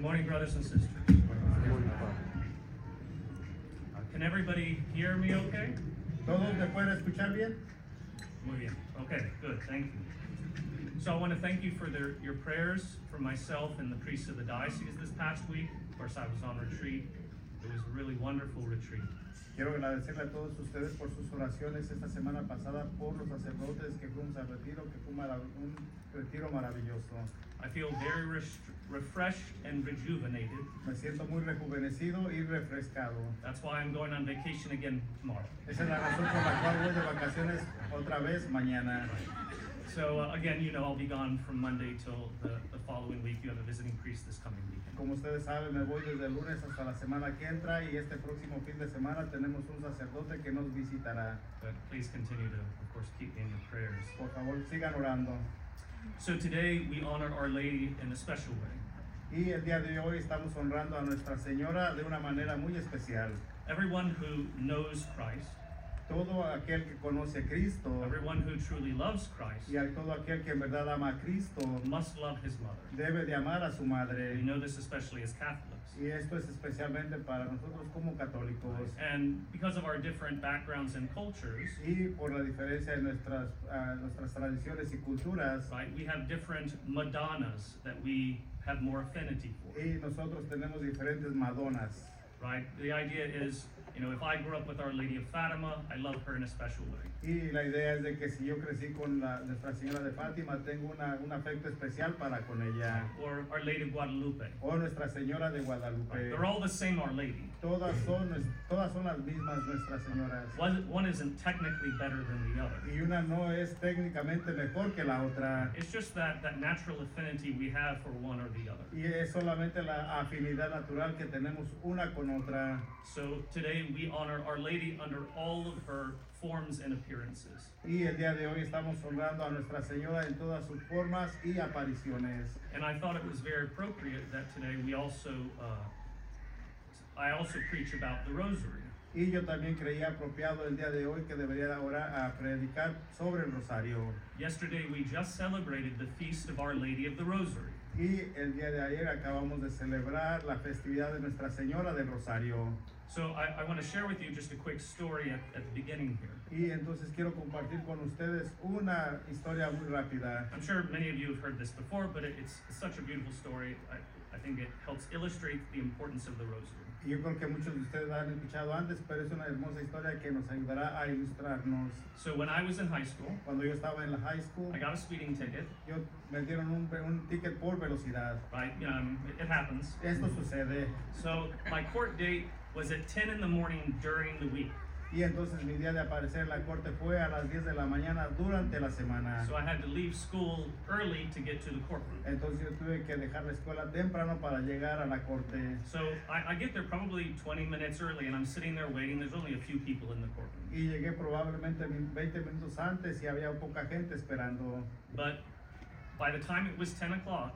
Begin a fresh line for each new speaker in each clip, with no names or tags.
morning, brothers and sisters. Can everybody hear me okay?
¿Todos me pueden escuchar bien?
Muy bien. Okay, good, thank you. So I want to thank you for their, your prayers for myself and the priests of the diocese this past week. Of course, I was on retreat. It was a really wonderful retreat.
Quiero agradecerle a todos ustedes por sus oraciones esta semana pasada por los sacerdotes que fuimos al retiro, que fue un marav- un retiro maravilloso.
I feel very res- refreshed and rejuvenated.
Me siento muy rejuvenecido y refrescado.
That's why I'm going on vacation again tomorrow.
Esa es la razón por la cual voy de vacaciones otra vez mañana.
So uh, again, you know, I'll be gone from Monday till the, the following week. You have a visiting priest this coming weekend.
Como ustedes saben, me voy desde el lunes hasta la semana que entra y este próximo fin de semana tenemos un sacerdote que nos visitará.
But please continue to, of course, keep me in your prayers.
Por favor, sigan orando.
So today we honor Our Lady in a special way.
Y el día de hoy estamos honrando a Nuestra Señora de una manera muy especial.
Everyone who knows Christ,
Todo aquel que conoce a Cristo
everyone who truly loves Christ,
y a todo aquel que en verdad ama a Cristo
must love his mother.
debe de amar a su
We
madre.
know this especially as Catholics.
Y esto es especialmente para nosotros como católicos.
And because of our different backgrounds and cultures,
Y por la diferencia de nuestras, ah, nuestras tradiciones y culturas,
right, we have different Madonnas that we have more affinity for.
y nosotros tenemos diferentes Madonas.
right? The idea is, you know, if I grew up with Our Lady of Fatima, I love her in a special way.
Y la idea es de que si yo crecí con la, Nuestra Señora de Fátima, tengo una, un afecto especial para con ella.
Or Our Lady of Guadalupe.
O Nuestra Señora de
Right?
Guadalupe.
They're all the same Our Lady.
Todas son, nues- todas son las mismas Nuestras Señoras.
One, one isn't technically better than the other.
y una no es técnicamente mejor que la otra
It's just that, that natural affinity we have for one or the other.
y es solamente la afinidad natural que tenemos una con otra.
So today we honor Our Lady under all of her forms and appearances.
Y el día de hoy estamos honrando a Nuestra Señora en todas sus formas y apariciones.
And I thought it was very appropriate that today we also, uh, I also preach about the rosary.
Y yo también creía apropiado el día de hoy que debería ahora a predicar sobre el rosario.
Yesterday we just celebrated the feast of Our Lady of the Rosary.
Y el día de ayer acabamos de celebrar la festividad de Nuestra Señora del Rosario.
So I, I want to share with you just a quick story at, at the beginning here.
Y entonces quiero compartir con ustedes una historia muy rápida.
I'm sure many of you have heard this before, but it, it's such a beautiful story. I, I think it helps illustrate the importance of the rosary.
Y Yo creo que muchos de ustedes la han escuchado antes, pero es una hermosa historia que nos ayudará a ilustrarnos.
So when I was in high school,
Cuando yo estaba en la high
I
school,
got a speeding ticket,
yo me dieron un, un ticket por velocidad.
right? You know, it, it happens.
Esto sucede.
So my court date was at 10 in the morning during the week.
Y entonces mi día de aparecer en la corte fue a las 10 de la mañana durante la semana.
So I had to leave school early to get to the courtroom.
Entonces yo tuve que dejar la escuela temprano para llegar a la corte.
So I, I get there probably 20 minutes early, and I'm sitting there waiting. There's only a few people in the courtroom.
Y llegué probablemente 20 minutos antes y había poca gente esperando.
But by the time it was 10 o'clock,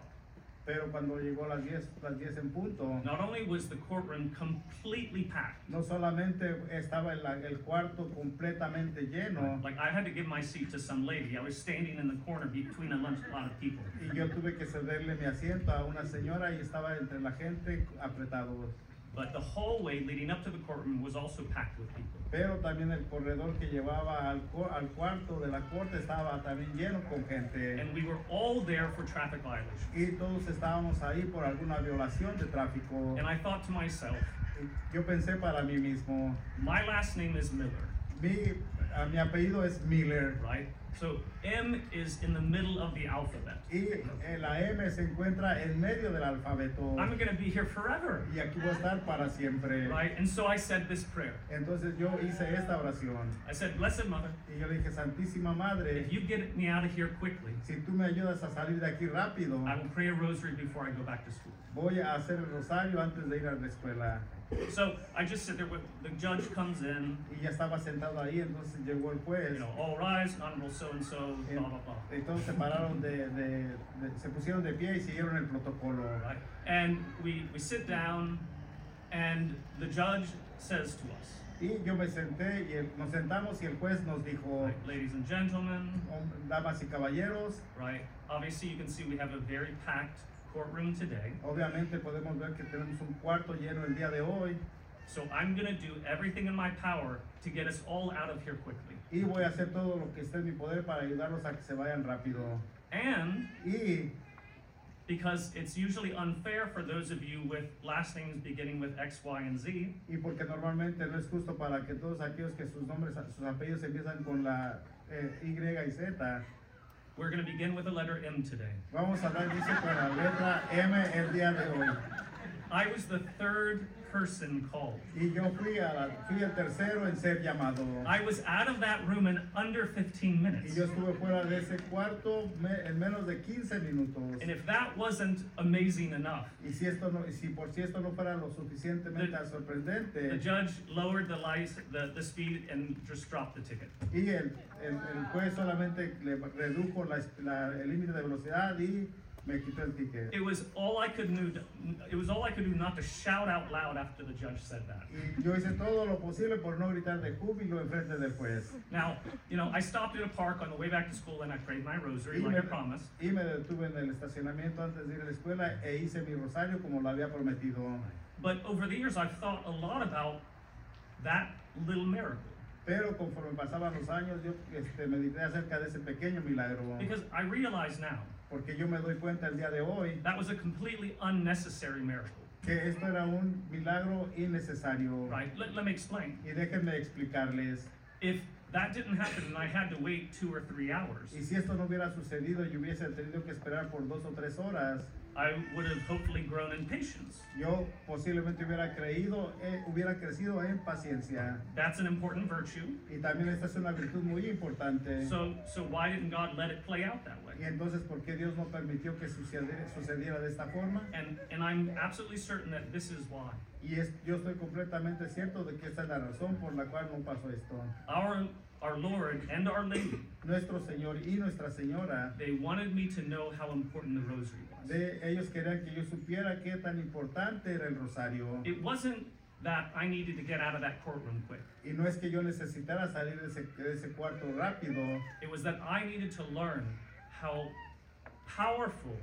Pero cuando llegó a las 10, las 10 en punto,
Not only was the courtroom completely packed,
No solamente estaba el, el cuarto completamente lleno
like I had to give my seat to some lady. I was standing in the corner between a lunch, lot of people.
y yo tuve que cederle mi asiento a una señora y estaba entre la gente apretado.
But the hallway leading up to the courtroom was also packed with people.
Pero también el corredor que llevaba al, cu- al cuarto de la corte estaba también lleno con gente.
And we were all there for traffic violations.
Y todos estábamos ahí por alguna violación de tráfico.
And I thought to myself,
Y Yo pensé para mí mismo,
my last name is Miller,
mi, a- mi apellido es Miller
right? So M is in the middle of the alphabet.
y eh, la M se encuentra en medio del alfabeto.
I'm going to be here forever,
Y aquí voy a estar para siempre.
right? And so I said this prayer.
Entonces yo hice esta oración
I said, Blessed Mother,
y yo le dije, Santísima Madre,
if you get me out of here quickly,
si tú me ayudas a salir de aquí rápido,
I will pray a rosary before I go back to school.
voy a hacer el rosario antes de ir a la escuela.
So I just sit there with the judge comes in,
Y ya estaba sentado ahí, entonces llegó el
you
juez.
know, all rise, honorable so and so, blah blah blah.
en- Entonces se pararon de, de- de- se pusieron de pie y siguieron el protocolo.
Right? And we, we sit down and the judge says to us,
Y yo me senté y el- nos sentamos y el juez nos dijo,
right, ladies and gentlemen,
"Hom- damas y caballeros,
right? Obviously you can see we have a very packed courtroom today.
Obviamente podemos ver que tenemos un cuarto lleno el día de hoy
So I'm going to do everything in my power to get us all out of here quickly.
y voy a hacer todo lo que esté en mi poder para ayudarlos a que se vayan rápido.
And
Y
because it's usually unfair for those of you with last names beginning with X, Y, and Z,
Y porque normalmente no es justo para que todos aquellos que sus nombres, sus apellidos empiezan con la eh, Y y Z.
we're going to begin with the letter M today.
Vamos a hablar dice con la letra M el día de hoy.
I was the third person called.
Y yo fui, a la- fui el tercero en ser llamado.
I was out of that room in under 15
Y
minutes.
yo estuve fuera de ese cuarto me- en menos de 15 minutos.
And if that wasn't amazing enough,
Y si esto no, y si por si esto no fuera lo suficientemente
The- the
sorprendente,
judge lowered the lights, the, the speed and just dropped the ticket.
y el, el- el juez solamente le redujo la- la- el límite de velocidad y me quitó el ticket.
It was all I could do. It was all I could do not to shout out loud after the judge said that.
Y yo hice todo lo posible por no gritar de júbilo en frente del juez.
Now, you know, I stopped at a park on the way back to school and I prayed my rosary
Y
like
me,
I promised.
y me detuve en el estacionamiento antes de ir a la escuela e hice mi rosario como lo había prometido.
But over the years, I've thought a lot about that little miracle
Pero conforme pasaban los años, yo este, medité acerca de ese pequeño milagro.
because I realize now
Porque yo me doy cuenta el día de hoy
that was a completely unnecessary miracle.
que esto era un milagro innecesario.
Right? Let, let me explain.
Y déjenme explicarles.
If that didn't happen and I had to wait two or three hours,
Y si esto no hubiera sucedido y hubiese tenido que esperar por dos o tres horas,
I would have hopefully grown in patience.
yo posiblemente hubiera creído, eh, hubiera crecido en paciencia.
That's an important virtue.
Y también esta es una virtud muy importante.
So, so why didn't God let it play out that way?
y entonces, ¿por qué Dios no permitió que sucediera, sucediera de esta forma?
And, and I'm absolutely certain that this is why.
Y es, yo estoy completamente cierto de que esta es la razón por la cual no pasó esto.
Our, our Lord and our Lady,
Nuestro Señor y Nuestra Señora,
they wanted me to know how important the rosary was.
de, ellos querían que yo supiera qué tan importante era el rosario.
It wasn't that I needed to get out of that courtroom quick.
Y no es que yo necesitara salir de ese, de ese cuarto rápido,
It was that I needed to learn how powerful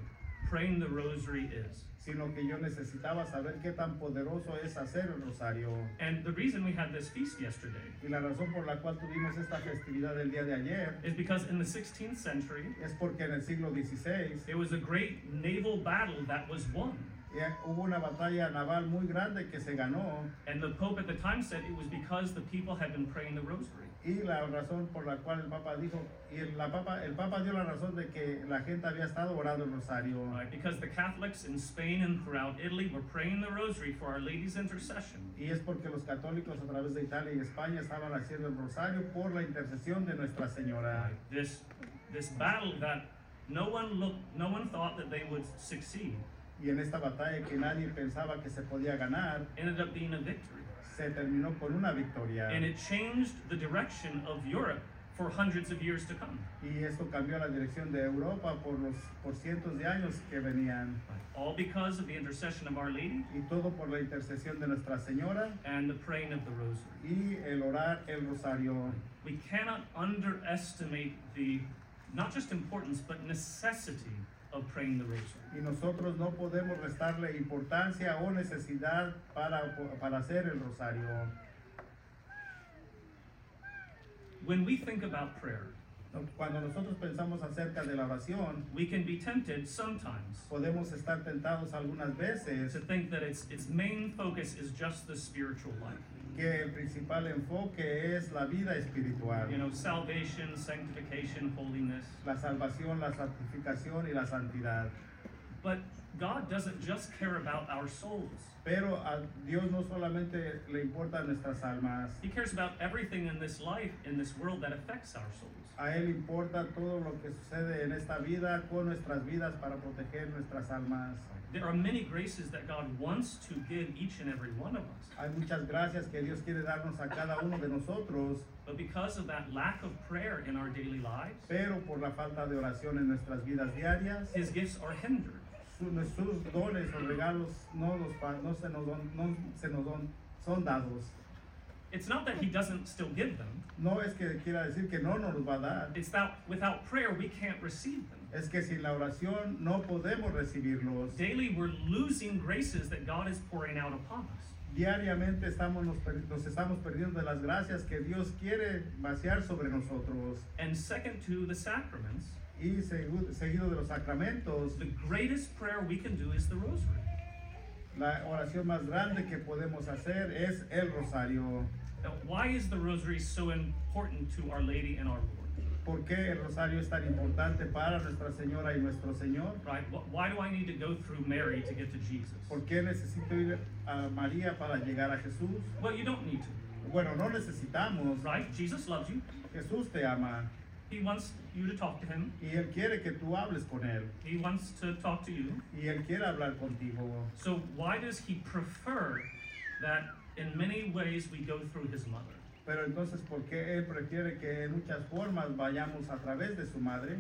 praying the rosary is.
sino que yo necesitaba saber qué tan poderoso es hacer el rosario.
And the reason we had this feast yesterday
Y la razón por la cual tuvimos esta festividad el día de ayer
is because in the 16th century,
es porque en el siglo XVI
There was a great naval battle that was won.
Eh, hubo una batalla naval muy grande que se ganó
And the Pope at the time said it was because the people had been praying the rosary.
y la razón por la cual el Papa dijo, y el, la Papa, el Papa dio la razón de que la gente había estado orando el rosario,
Right? Because the Catholics in Spain and throughout Italy were praying the rosary for Our Lady's intercession.
y es porque los católicos a través de Italia y España estaban haciendo el rosario por la intercesión de Nuestra Señora.
Right? This this battle that no one looked no one thought that they would succeed
Y en esta batalla que nadie pensaba que se podía ganar,
ended up being a victory.
se terminó con una victoria.
And it changed the direction of Europe for hundreds of years to come.
Y esto cambió la dirección de Europa por, los, por cientos de años que venían.
Right? All because of the intercession of Our Lady
Y todo por la intercesión de Nuestra Señora
and the praying of the rosary.
y el orar el rosario.
We cannot underestimate the not just importance but necessity of praying the rosary.
Y nosotros no podemos restarle importancia o necesidad para, para hacer el rosario.
When we think about prayer,
Cuando nosotros pensamos acerca de la oración,
we can be tempted sometimes
podemos estar tentados algunas
to
veces
think that its its main focus is just the spiritual life.
que el principal enfoque es la vida
You
espiritual,
know, salvation, sanctification, holiness.
la salvación, la santificación y la santidad.
But God doesn't just care about our souls.
Pero a Dios no solamente le importan nuestras almas,
He cares about everything in this life, in this world that affects our souls.
a Él importa todo lo que sucede en esta vida con nuestras vidas para proteger nuestras almas.
There are many graces that God wants to give each and every one of us.
Hay muchas gracias que Dios quiere darnos a cada uno de nosotros,
But because of that lack of prayer in our daily lives,
pero por la falta de oración en nuestras vidas diarias,
his gifts are hindered.
su- sus dones o regalos no, los, pa- no, se, nos don- no se nos don- son dados.
it's not that he doesn't still give them.
No es que quiera decir que no nos los va a dar.
It's that without prayer, we can't receive them.
Es que sin la oración no podemos recibirlos.
Daily, we're losing graces that God is pouring out upon us.
Diariamente estamos, nos, per- nos estamos perdiendo de las gracias que Dios quiere vaciar sobre nosotros.
And second to the sacraments,
Y segu- seguido de los sacramentos,
the greatest prayer we can do is the rosary.
la oración más grande que podemos hacer es el rosario.
Now, why is the rosary so important to Our Lady and our Lord?
¿Por qué el rosario es tan importante para Nuestra Señora y nuestro Señor?
Right? Wh- Why do I need to go through Mary to get to Jesus?
¿Por qué necesito ir a María para llegar a Jesús?
Well, you don't need to,
Bueno, no necesitamos.
right? Jesus loves you.
Jesús te ama
He wants you to talk to him.
y Él quiere que tú hables con Él
He wants to talk to you.
y Él quiere hablar contigo.
So why does he prefer that in many ways we go through his mother?
Pero entonces, ¿por qué Él prefiere que en muchas formas vayamos a través de su madre?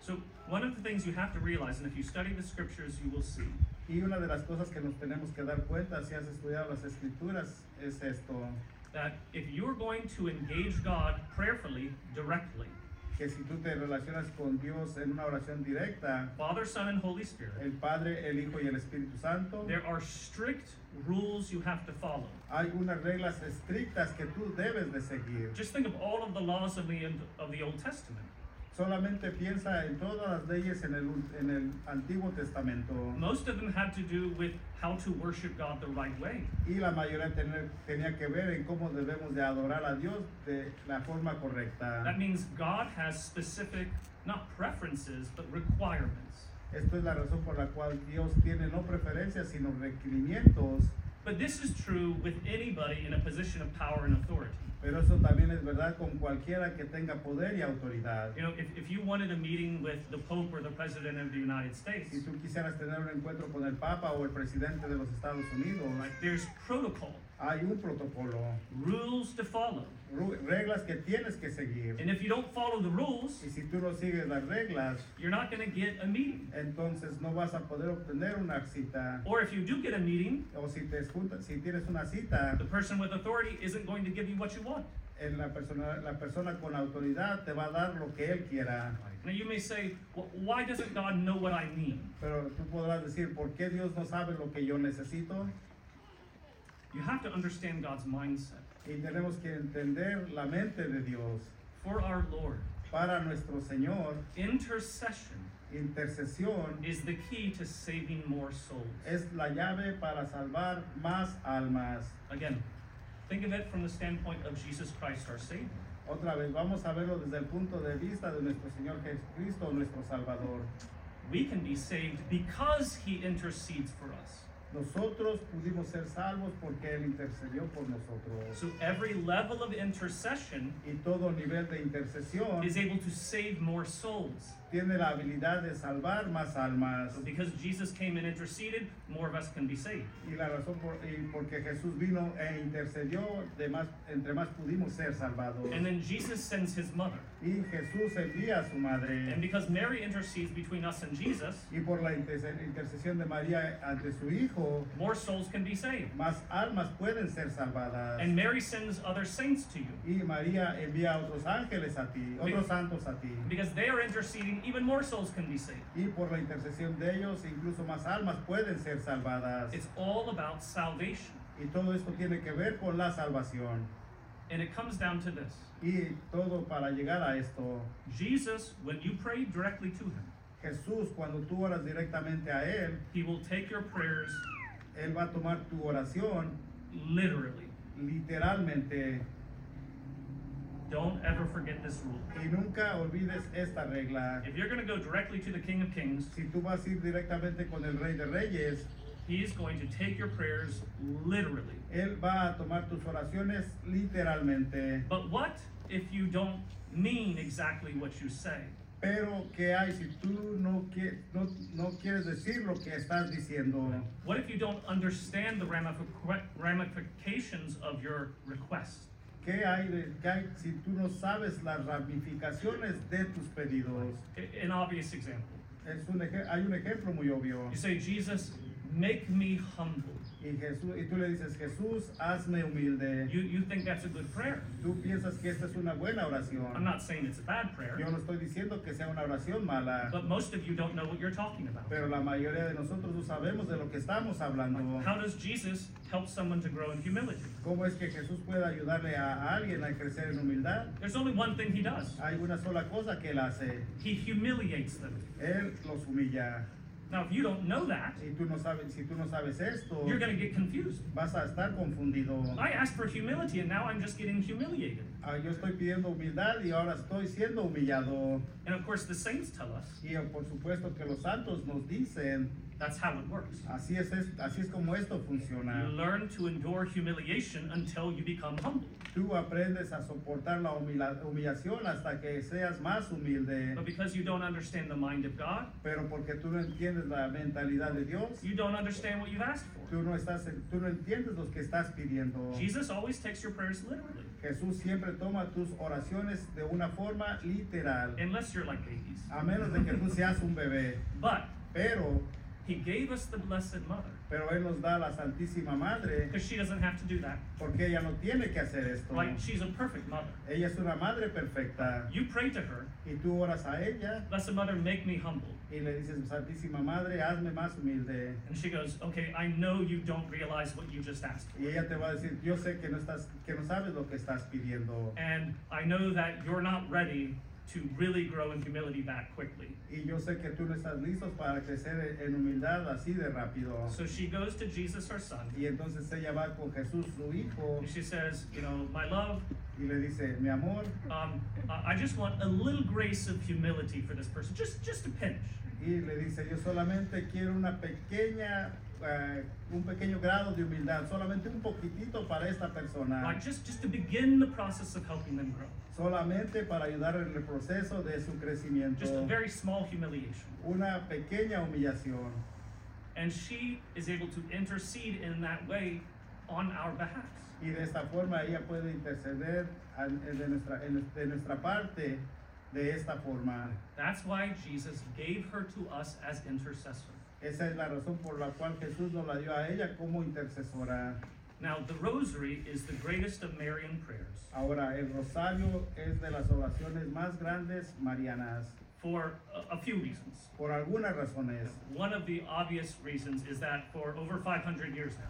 So one of the things you have to realize, and if you study the scriptures, you will see,
Y una de las cosas que nos tenemos que dar cuenta si has estudiado las escrituras es esto,
that if you're going to engage God prayerfully, directly,
que si tú te relacionas con Dios en una oración directa,
Father, Son, and Holy Spirit,
el Padre, el Hijo y el Espíritu Santo,
there are strict rules you have to follow.
hay unas reglas estrictas que tú debes de seguir.
Just think of all of the laws of the, of the Old Testament.
Solamente piensa en todas las leyes en el, en el Antiguo Testamento
Most of them had to do with how to worship God the right way.
y la mayoría tener- tenía que ver en cómo debemos de adorar a Dios de la forma correcta.
That means God has specific, not preferences, but requirements.
Esto es la razón por la cual Dios tiene no preferencias, sino requerimientos.
But this is true with anybody in a position of power and authority.
Pero eso también es verdad con cualquiera que tenga poder y autoridad.
You know, if, if you wanted a meeting with the Pope or the President of the United States,
Si tú quisieras tener un encuentro con el Papa o el presidente de los Estados Unidos,
like there's protocol,
hay un protocolo,
rules to follow.
ru- reglas que tienes que seguir.
And if you don't follow the rules,
Y si tú no sigues las reglas,
you're not going to get a meeting.
entonces no vas a poder obtener una cita.
Or if you do get a meeting,
O si te juntas, si tienes una cita,
the person with authority isn't going to give you what you want.
en la persona, la persona con autoridad te va a dar lo que él quiera.
Now you may say, well, why doesn't God know what I mean?
Pero tú podrás decir, ¿por qué Dios no sabe lo que yo necesito?
You have to understand God's mindset.
Y tenemos que entender la mente de Dios.
For our Lord,
Para nuestro Señor,
intercession
intercesión
is the key to saving more souls.
es la llave para salvar más almas.
Again, think of it from the standpoint of Jesus Christ, our Savior.
Otra vez, vamos a verlo desde el punto de vista de nuestro Señor Jesucristo, nuestro Salvador.
We can be saved because He intercedes for us.
Nosotros pudimos ser salvos porque Él intercedió por nosotros.
So every level of intercession
Y todo nivel de intercesión
is able to save more souls.
tiene la habilidad de salvar más almas.
So because Jesus came and interceded, more of us can be saved.
Y la razón por, y porque Jesús vino e intercedió, de más, entre más pudimos ser salvados.
And then Jesus sends His mother.
Y Jesús envía a su
And
madre.
because Mary intercedes between us and Jesus,
Y por la interce- intercesión de María ante su Hijo,
more souls can be saved.
más almas pueden ser salvadas.
And Mary sends other saints to you.
Y María envía a otros ángeles a ti, otros santos a ti.
Because they are interceding, even more souls can be saved.
Y por la intercesión de ellos, incluso más almas pueden ser salvadas.
It's all about salvation.
Y todo esto tiene que ver con la salvación.
And it comes down to this
Y todo para llegar a esto.
Jesus, when you pray directly to him,
Jesús, cuando tú oras directamente a Él,
he will take your prayers
Él va a tomar tu oración
literally.
literalmente.
Don't ever forget this rule.
Y nunca olvides esta regla.
If you're going to go directly to the King of Kings,
Si tú vas a ir directamente con el Rey de Reyes,
he is going to take your prayers literally.
Él va a tomar tus oraciones literalmente.
But what if you don't mean exactly what you say?
Pero, ¿qué hay si tú no, qui- no, no quieres decir lo que estás diciendo?
What if you don't understand the ramific- ramifications of your request?
¿Qué hay, de- qué hay si tú no sabes las ramificaciones de tus pedidos?
I- An obvious example.
Es un eje- hay un ejemplo muy obvio.
You say, Jesus, make me humble.
Y, Jesús, y tú le dices, Jesús, hazme humilde.
You, you think that's a good prayer.
Tú piensas que esta es una buena
I'm
oración.
not saying it's a bad prayer,
Yo no estoy diciendo que sea una oración mala,
but most of you don't know what you're talking about.
pero la mayoría de nosotros no sabemos de lo que estamos hablando.
How does Jesus help someone to grow in humility?
¿Cómo es que Jesús puede ayudarle a alguien a crecer en humildad?
There's only one thing he does
Hay una sola cosa que él hace.
he humiliates them.
Él los humilla.
Now, if you don't know that,
Y tú no sabes, si tú no sabes esto,
you're going to get confused.
vas a estar confundido.
I asked for humility and now I'm just getting humiliated.
Ah, yo estoy pidiendo humildad y ahora estoy siendo humillado.
And of course, the saints tell us
Y eh, por supuesto que los santos nos dicen,
that's how it works.
así es, es- así es como esto
You
funciona.
learn to endure humiliation until you become humble.
Tú aprendes a soportar la humila- humillación hasta que seas más humilde.
But because you don't understand the mind of God,
Pero porque tú no entiendes la mentalidad de Dios,
you don't understand what you've asked for.
tú no, estás, tú no entiendes lo que estás pidiendo.
Jesus always takes your prayers literally,
Jesús siempre toma tus oraciones de una forma literal,
unless you're like babies.
a menos de que tú seas un bebé.
But
Pero,
he gave us the Blessed Mother
pero Él nos da la Santísima Madre
because she doesn't have to do that.
porque ella no tiene que hacer esto.
Right? She's a perfect mother.
Ella es una madre perfecta
You pray to her,
y tú oras a ella
Blessed Mother, make me humble.
y le dices, Santísima Madre, hazme más humilde.
And she goes, Okay, I know you don't realize what you just asked
Y
for.
ella te va a decir, yo sé que no, estás, que no sabes lo que estás pidiendo.
And I know that you're not ready to really grow in humility that quickly.
Y yo sé que tú no estás listo para crecer en humildad así de rápido.
So she goes to Jesus, her son,
Y entonces ella va con Jesús, su hijo,
and she says, You know, my love,
y le dice, mi amor,
um, I I just want a little grace of humility for this person, just just a pinch.
y le dice, yo solamente quiero una pequeña, eh, un pequeño grado de humildad, solamente un poquitito para esta persona,
Like just just to begin the process of helping them grow.
solamente para ayudar en el proceso de su crecimiento.
Just a very small humiliation.
Una pequeña humillación.
And she is able to intercede in that way on our behalf.
Y de esta forma ella puede interceder a- de nuestra, en- de nuestra parte de esta forma.
That's why Jesus gave her to us as intercessor.
Esa es la razón por la cual Jesús nos la dio a ella como intercesora.
Now, the rosary is the greatest of Marian prayers.
Ahora, el rosario es de las oraciones más grandes marianas,
for a, a few reasons.
por algunas razones.
One of the obvious reasons is that for over 500 years now,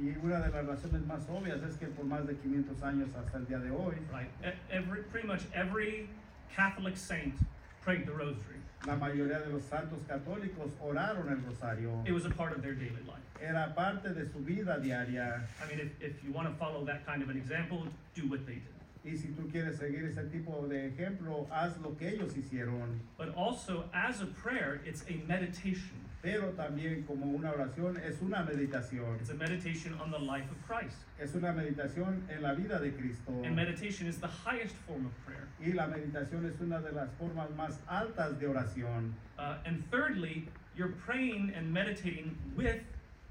Y una de las razones más obvias es que por más de 500 años hasta el día de hoy,
right, e- every, pretty much every Catholic saint prayed the rosary.
la mayoría de los santos católicos oraron el rosario.
It was a part of their daily life.
Era parte de su vida diaria.
I mean, if, if you want to follow that kind of an example, do what they did.
Y si tú quieres seguir ese tipo de ejemplo, haz lo que ellos hicieron.
But also, as a prayer, it's a meditation.
Pero también como una oración es una meditación.
It's a meditation on the life of Christ.
Es una meditación en la vida de Cristo.
And meditation is the highest form of prayer.
Y la meditación es una de las formas más altas de oración.
Uh, and thirdly, you're praying and meditating with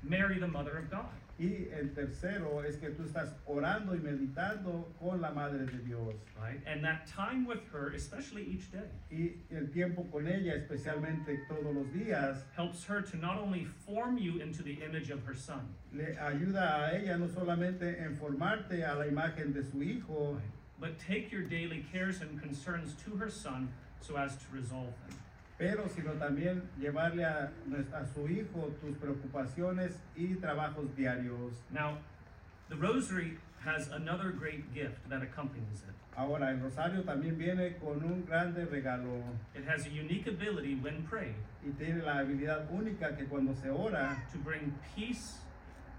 Mary, the Mother of God.
Y el tercero es que tú estás orando y meditando con la Madre de Dios.
right? And that time with her, especially each day,
Y el tiempo con ella, especialmente todos los días,
helps her to not only form you into the image of her son,
le ayuda a ella no solamente en formarte a la imagen de su Hijo,
but take your daily cares and concerns to her son so as to resolve them.
pero sino también llevarle a, nues- a su Hijo tus preocupaciones y trabajos diarios.
Now, the rosary has another great gift that accompanies it.
Ahora, el rosario también viene con un grande regalo
It has a unique ability when prayed
y tiene la habilidad única que cuando se ora,
to bring peace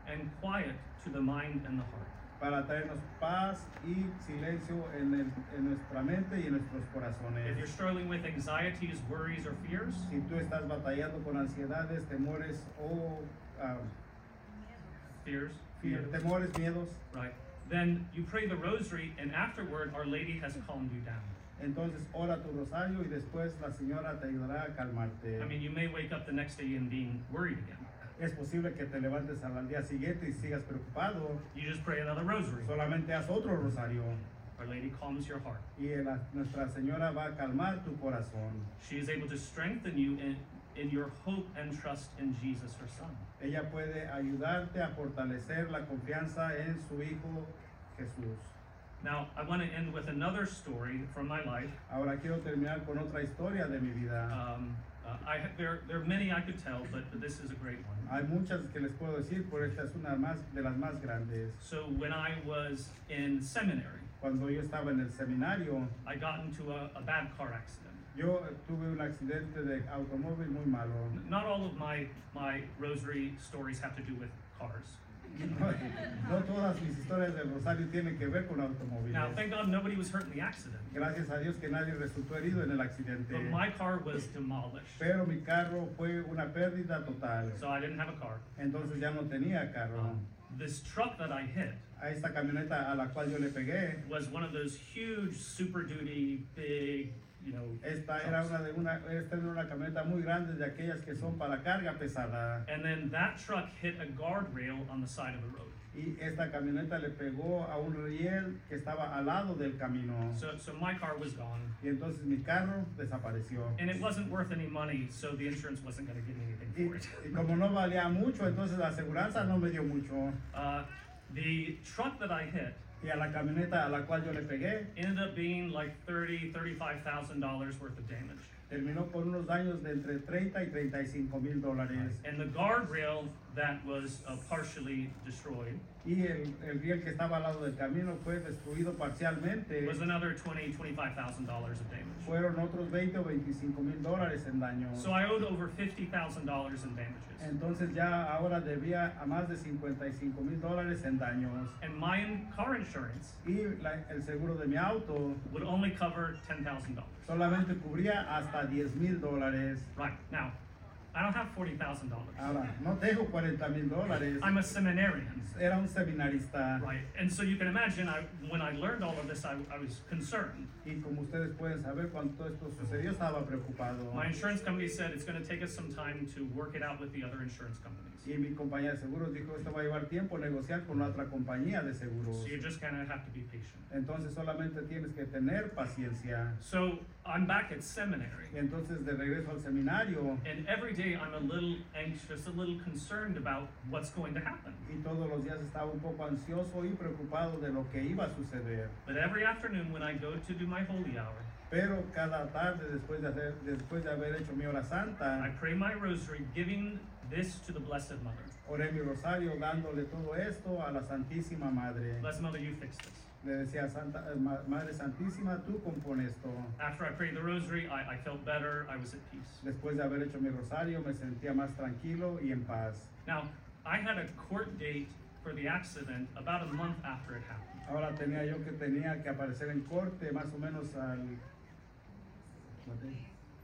and quiet to the mind and the heart.
para traernos paz y silencio en, el- en nuestra mente y en nuestros
If you're
corazones.
struggling with anxieties, worries, or fears,
Si tú estás batallando con ansiedades, temores o ah,
fears,
fear- temores, miedos,
right? Then you pray the rosary, and afterward, Our Lady has calmed you down.
entonces ora tu rosario y después la señora te ayudará a
I mean,
calmarte.
you may wake up the next day and being worried again.
Es posible que te levantes al día siguiente y sigas preocupado.
You just pray another rosary.
Solamente haz otro rosario
Our Lady calms your heart.
y la- Nuestra Señora va a calmar tu corazón.
She is able to strengthen you in, in your hope and trust in Jesus, her son.
Ella puede ayudarte a fortalecer la confianza en su Hijo Jesús.
Now, I want to end with another story from my life.
Ahora quiero terminar con otra historia de mi vida.
Um, uh, I, ha- there, there are many I could tell, but, but this is a great one.
Hay muchas que les puedo decir, pero esta es una más, de las más grandes.
So, when I was in seminary,
Cuando yo estaba en el seminario,
I got into a, a bad car accident.
yo tuve un accidente de automóvil muy malo.
N- Not all of my, my rosary stories have to do with cars.
No todas mis historias del Rosario tienen que ver con
Now,
automóviles.
thank God nobody was hurt in the accident,
Gracias a Dios que nadie resultó herido en el accidente.
but my car was demolished.
Pero mi carro fue una pérdida total.
So, I didn't have a car.
Entonces ya no tenía carro.
Um, this truck that I hit
A esta camioneta a la cual yo le pegué,
was one of those huge Super Duty, big, you know,
esta era una de una, esta era una camioneta muy grande de aquellas que son para carga pesada.
And then that truck hit a guardrail on the side of the road.
Y esta camioneta le pegó a un riel que estaba al lado del camino.
So, so my car was gone.
Y entonces mi carro desapareció.
And it wasn't worth any money, so the insurance wasn't going to give me anything
Y,
for it.
y como no valía mucho, entonces la aseguranza no me dio mucho.
Uh, the truck that I hit
Y a la camioneta a la cual yo le pegué,
ended up being like thirty, thirty-five thousand dollars worth of damage.
terminó con unos daños de entre 30 y 35 mil dólares.
And the guardrail that was uh, partially destroyed
Y el, el riel que estaba al lado del camino fue destruido parcialmente.
was another twenty, twenty-five thousand dollars of damage.
Fueron otros 20 o 25 mil dólares en daños.
So I owed over fifty thousand dollars in damages.
Entonces ya ahora debía a más de 55 mil dólares en daños.
And my in- car insurance
Y la- el seguro de mi auto
would only cover ten thousand dollars.
solamente cubría hasta 10 mil dólares.
Right now, I don't have forty thousand dollars.
Ahora, no tengo 40 mil dólares.
I'm a seminarian,
Era un seminarista.
right? And so you can imagine, I when I learned all of this, I, I was concerned.
Y como ustedes pueden saber, cuando todo esto sucedió, estaba preocupado.
My insurance company said it's going to take us some time to work it out with the other insurance companies.
Y mi compañía de seguros dijo, esto va a llevar tiempo negociar con la otra compañía de seguros.
So you just kind of have to be patient.
Entonces solamente tienes que tener paciencia.
So I'm back at seminary,
Y entonces de regreso al seminario
and every day I'm a little anxious, a little concerned about what's going to happen.
y todos los días estaba un poco ansioso y preocupado de lo que iba a suceder.
But every afternoon when I go to do my holy hour,
Pero cada tarde después de, hacer, después de haber hecho mi hora
I
santa,
pray my rosary, giving this to the Blessed Mother.
oré mi rosario dándole todo esto a la Santísima Madre.
Blessed Mother, you fix this.
Le decía, Santa, eh, Ma- Madre Santísima, tú compon esto.
After I prayed the rosary, I, I felt better. I was at peace.
Después de haber hecho mi rosario me sentía más tranquilo y en paz.
Now, I had a court date for the accident about a month after it happened.
Ahora tenía yo que tenía que aparecer en corte más o menos al...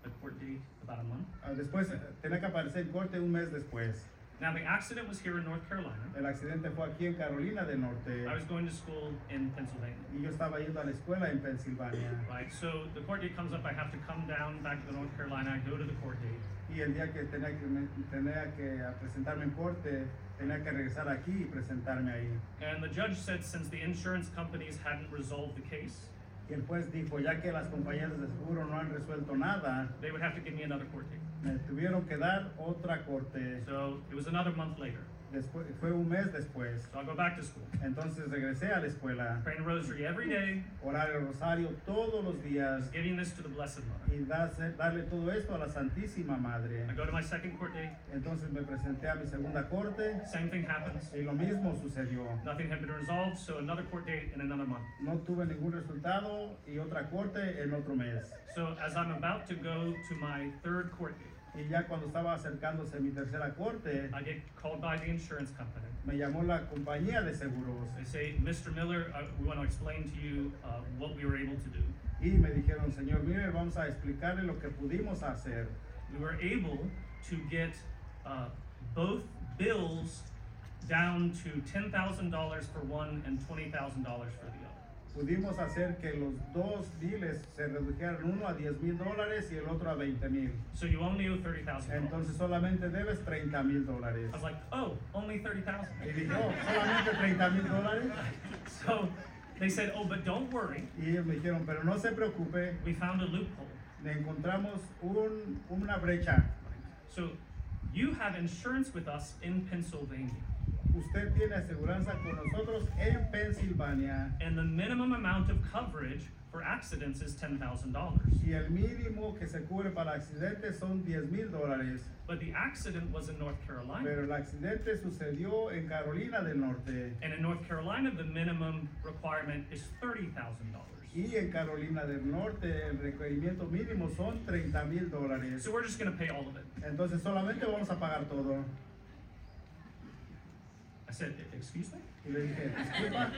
A court date about a month.
al- Después, eh, tenía que aparecer en corte un mes después.
Now, the accident was here in North Carolina.
El accidente fue aquí en Carolina del Norte
I was going to school in Pennsylvania.
y yo estaba yendo a la escuela en Pensilvania.
Right, so the court date comes up. I have to come down back to North Carolina. I go to the court date.
Y el día que tenía que, me- tenía que presentarme en corte, tenía que regresar aquí y presentarme ahí.
And the judge said since the insurance companies hadn't resolved the case,
Y el juez dijo, ya que las compañías de seguro no han resuelto nada,
they would have to give me another court date.
me tuvieron que dar otra corte.
So it was another month later.
Después, fue un mes después.
So I go back to school,
Entonces regresé a la escuela.
praying rosary every day,
orar el rosario todos los días
giving this to the Blessed Mother.
y darse- darle todo esto a la Santísima Madre.
I go to my second court date.
Entonces me presenté a mi segunda corte
Same thing happens.
y lo mismo sucedió.
Nothing had been resolved, so another court date in another month.
No tuve ningún resultado y otra corte en otro mes.
So as I'm about to go to my third court date,
Y ya cuando estaba acercándose a mi tercera corte,
I get called by the insurance company.
me llamó la compañía de seguros
They say, Mr. Miller, uh, we want to explain to you uh, what we were able to do.
y me dijeron, señor Miller, vamos a explicarle lo que pudimos hacer.
We were able to get uh, both bills down to $10,000 for one and $20,000 for the other.
Pudimos hacer que los dos biles se redujeran uno a 10 mil dólares y el otro a 20 mil.
So you only owe $30,000.
Entonces solamente debes 30 mil dólares.
I was like, oh, only 30000
Y dije, oh, solamente 30 mil dólares.
So they said, oh, but don't worry.
Y ellos me dijeron, pero no se preocupe,
We found a loophole.
le encontramos un, una brecha.
So you have insurance with us in Pennsylvania.
Usted tiene aseguranza con nosotros en Pensilvania
And the minimum amount of coverage for accidents is $10,000.
y el mínimo que se cubre para accidentes son 10 mil dólares.
But the accident was in North Carolina.
Pero el accidente sucedió en Carolina del Norte
And in North Carolina, the minimum requirement is $30,000.
y en Carolina del Norte el requerimiento mínimo son 30 mil dólares.
So we're just going to pay all of it.
Entonces solamente vamos a pagar todo.
I said, "E- Excuse me?
Y le dije, disculpa.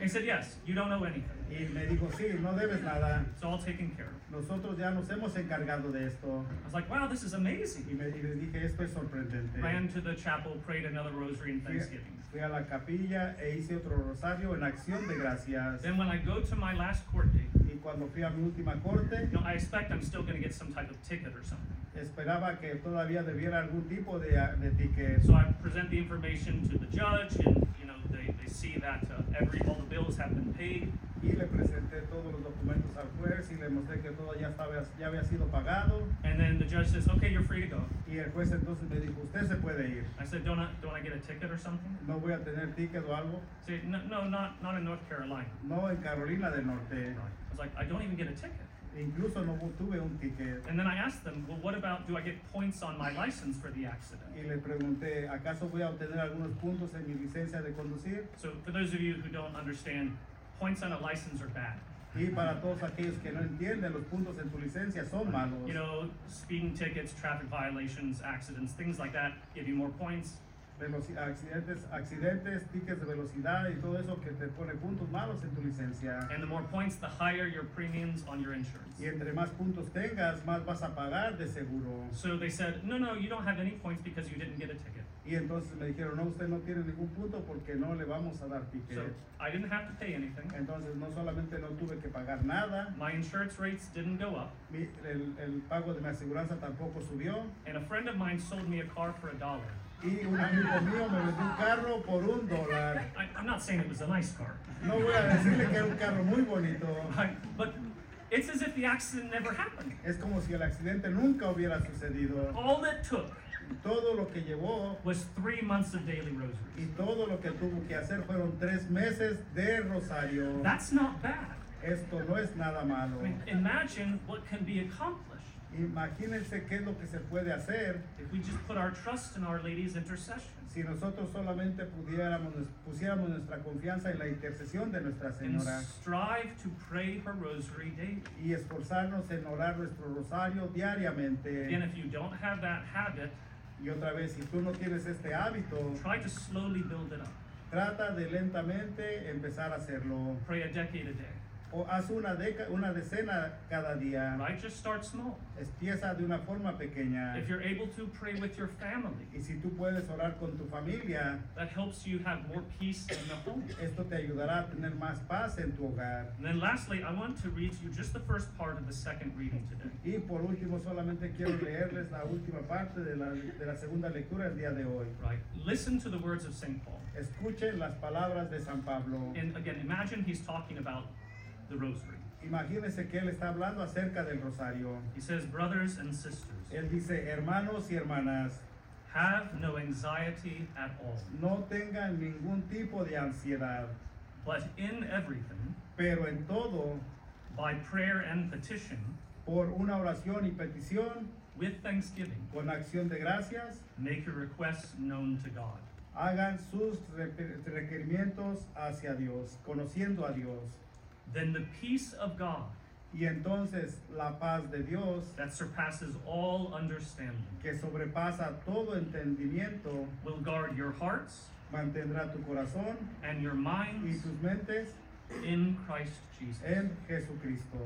He said, Yes, you don't owe anything.
Y me dijo, sí, no debes nada.
It's all taken care of.
Nosotros ya nos hemos encargado de esto.
I was like, Wow, this is
Y,
amazing.
me, y les dije, esto es sorprendente.
Ran to the chapel, prayed another rosary and
Fui,
thanksgiving.
fui a la capilla e hice otro rosario en acción de gracias.
Then when I go to my last court date,
Y cuando fui a mi última corte,
you know, I expect I'm still going to get some type of ticket or something.
esperaba que todavía debiera algún tipo de, de ticket.
So I present the information to the judge and, you know, they, they see that uh, every, all the bills have been paid.
Y le presenté todos los documentos al juez y le mostré que todo ya, estaba, ya había sido pagado.
And then the judge says, okay, you're free to go.
Y el juez entonces me dijo, usted se puede ir.
I said, don't I, don't I get a ticket or something?
No voy a tener ticket o algo.
He said, no, no, not, not in North Carolina.
No en Carolina del Norte.
I was like, I don't even get a ticket.
Incluso no tuve un ticket.
And then I asked them, well, what about, do I get points on my license for the
Y
accident?
le pregunté, ¿acaso voy a obtener algunos puntos en mi licencia de conducir?
So for those of you who don't understand, points on a license are bad.
Y para todos aquellos que no entienden, los puntos en tu licencia son malos.
You know, speeding tickets, traffic violations, accidents, things like that give you more points.
Veloci- accidentes, accidentes, tickets de velocidad y todo eso que te pone puntos malos en tu licencia.
And the more points, the higher your premiums on your insurance.
Y entre más puntos tengas, más vas a pagar de seguro.
So they said, no, no, you don't have any points because you didn't get a ticket.
Y entonces me dijeron, no, usted no tiene ningún punto porque no le vamos a dar
So
ticket.
I didn't have to pay anything.
Entonces no solamente no tuve que pagar nada,
My insurance rates didn't go up.
mi- el, el pago de mi aseguranza tampoco subió.
And a friend of mine sold me a car for a dollar.
Y un amigo mío me vendió un carro por un dólar.
I, I'm not saying it was a nice car,
No voy a decirle que era un carro muy bonito.
right? but it's as if the accident never happened.
Es como si el accidente nunca hubiera sucedido.
All it took
Todo lo que llevó
was three months of daily rosaries.
y todo lo que tuvo que hacer fueron tres meses de rosario.
That's not bad.
Esto no es nada malo.
I mean, imagine what can be accomplished
Imagínense qué es lo que se puede hacer
if we just put our trust in Our Lady's intercession.
si nosotros solamente pudiéramos, pusiéramos nuestra confianza en la intercesión de Nuestra
and
Señora
strive to pray her rosary daily.
y esforzarnos en orar nuestro rosario
Again,
diariamente.
if you don't have that habit,
Y otra vez, si tú no tienes este hábito,
try to slowly build it up.
trata de lentamente empezar a hacerlo.
Pray a decade a day.
O haz una, deca- una decena cada día.
Right? Just start small.
Empieza de una forma pequeña.
If you're able to pray with your family,
Y si tú puedes orar con tu familia,
that helps you have more peace in the home.
esto te ayudará a tener más paz en tu hogar.
And then lastly, I want to read to you just the first part of the second reading today.
Y por último, solamente quiero leerles la última parte de la, de la segunda lectura el día de hoy.
Right? Listen to the words of St. Paul.
Escuchen las palabras de San Pablo.
And again, imagine he's talking about the rosary.
Imagínense que él está hablando acerca del rosario.
He says, Brothers and sisters,
Él dice, hermanos y hermanas,
have no anxiety at all,
no tengan ningún tipo de ansiedad,
but in everything,
pero en todo,
by prayer and petition,
por una oración y petición,
with thanksgiving,
con acción de gracias,
make your requests known to God.
hagan sus repe- requerimientos hacia Dios, conociendo a Dios.
Then the peace of God
Y entonces la paz de Dios,
that surpasses all understanding
que sobrepasa todo entendimiento,
will guard your hearts
mantendrá tu corazón
and your
y
minds
tus mentes
in Christ Jesus.
en Jesucristo.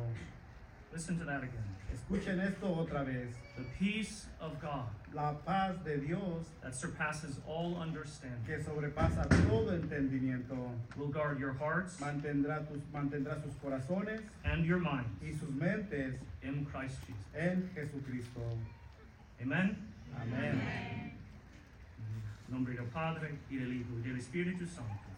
Listen to that again.
Escuchen esto otra vez.
The peace of God
La paz de Dios,
that surpasses all understanding
que sobrepasa todo entendimiento,
will guard your hearts
mantendrá, tus, mantendrá sus corazones
and your minds
y sus mentes
in Christ Jesus.
en Jesucristo.
Amen.
Amén.
En nombre del Padre y del Hijo y del Espíritu Santo.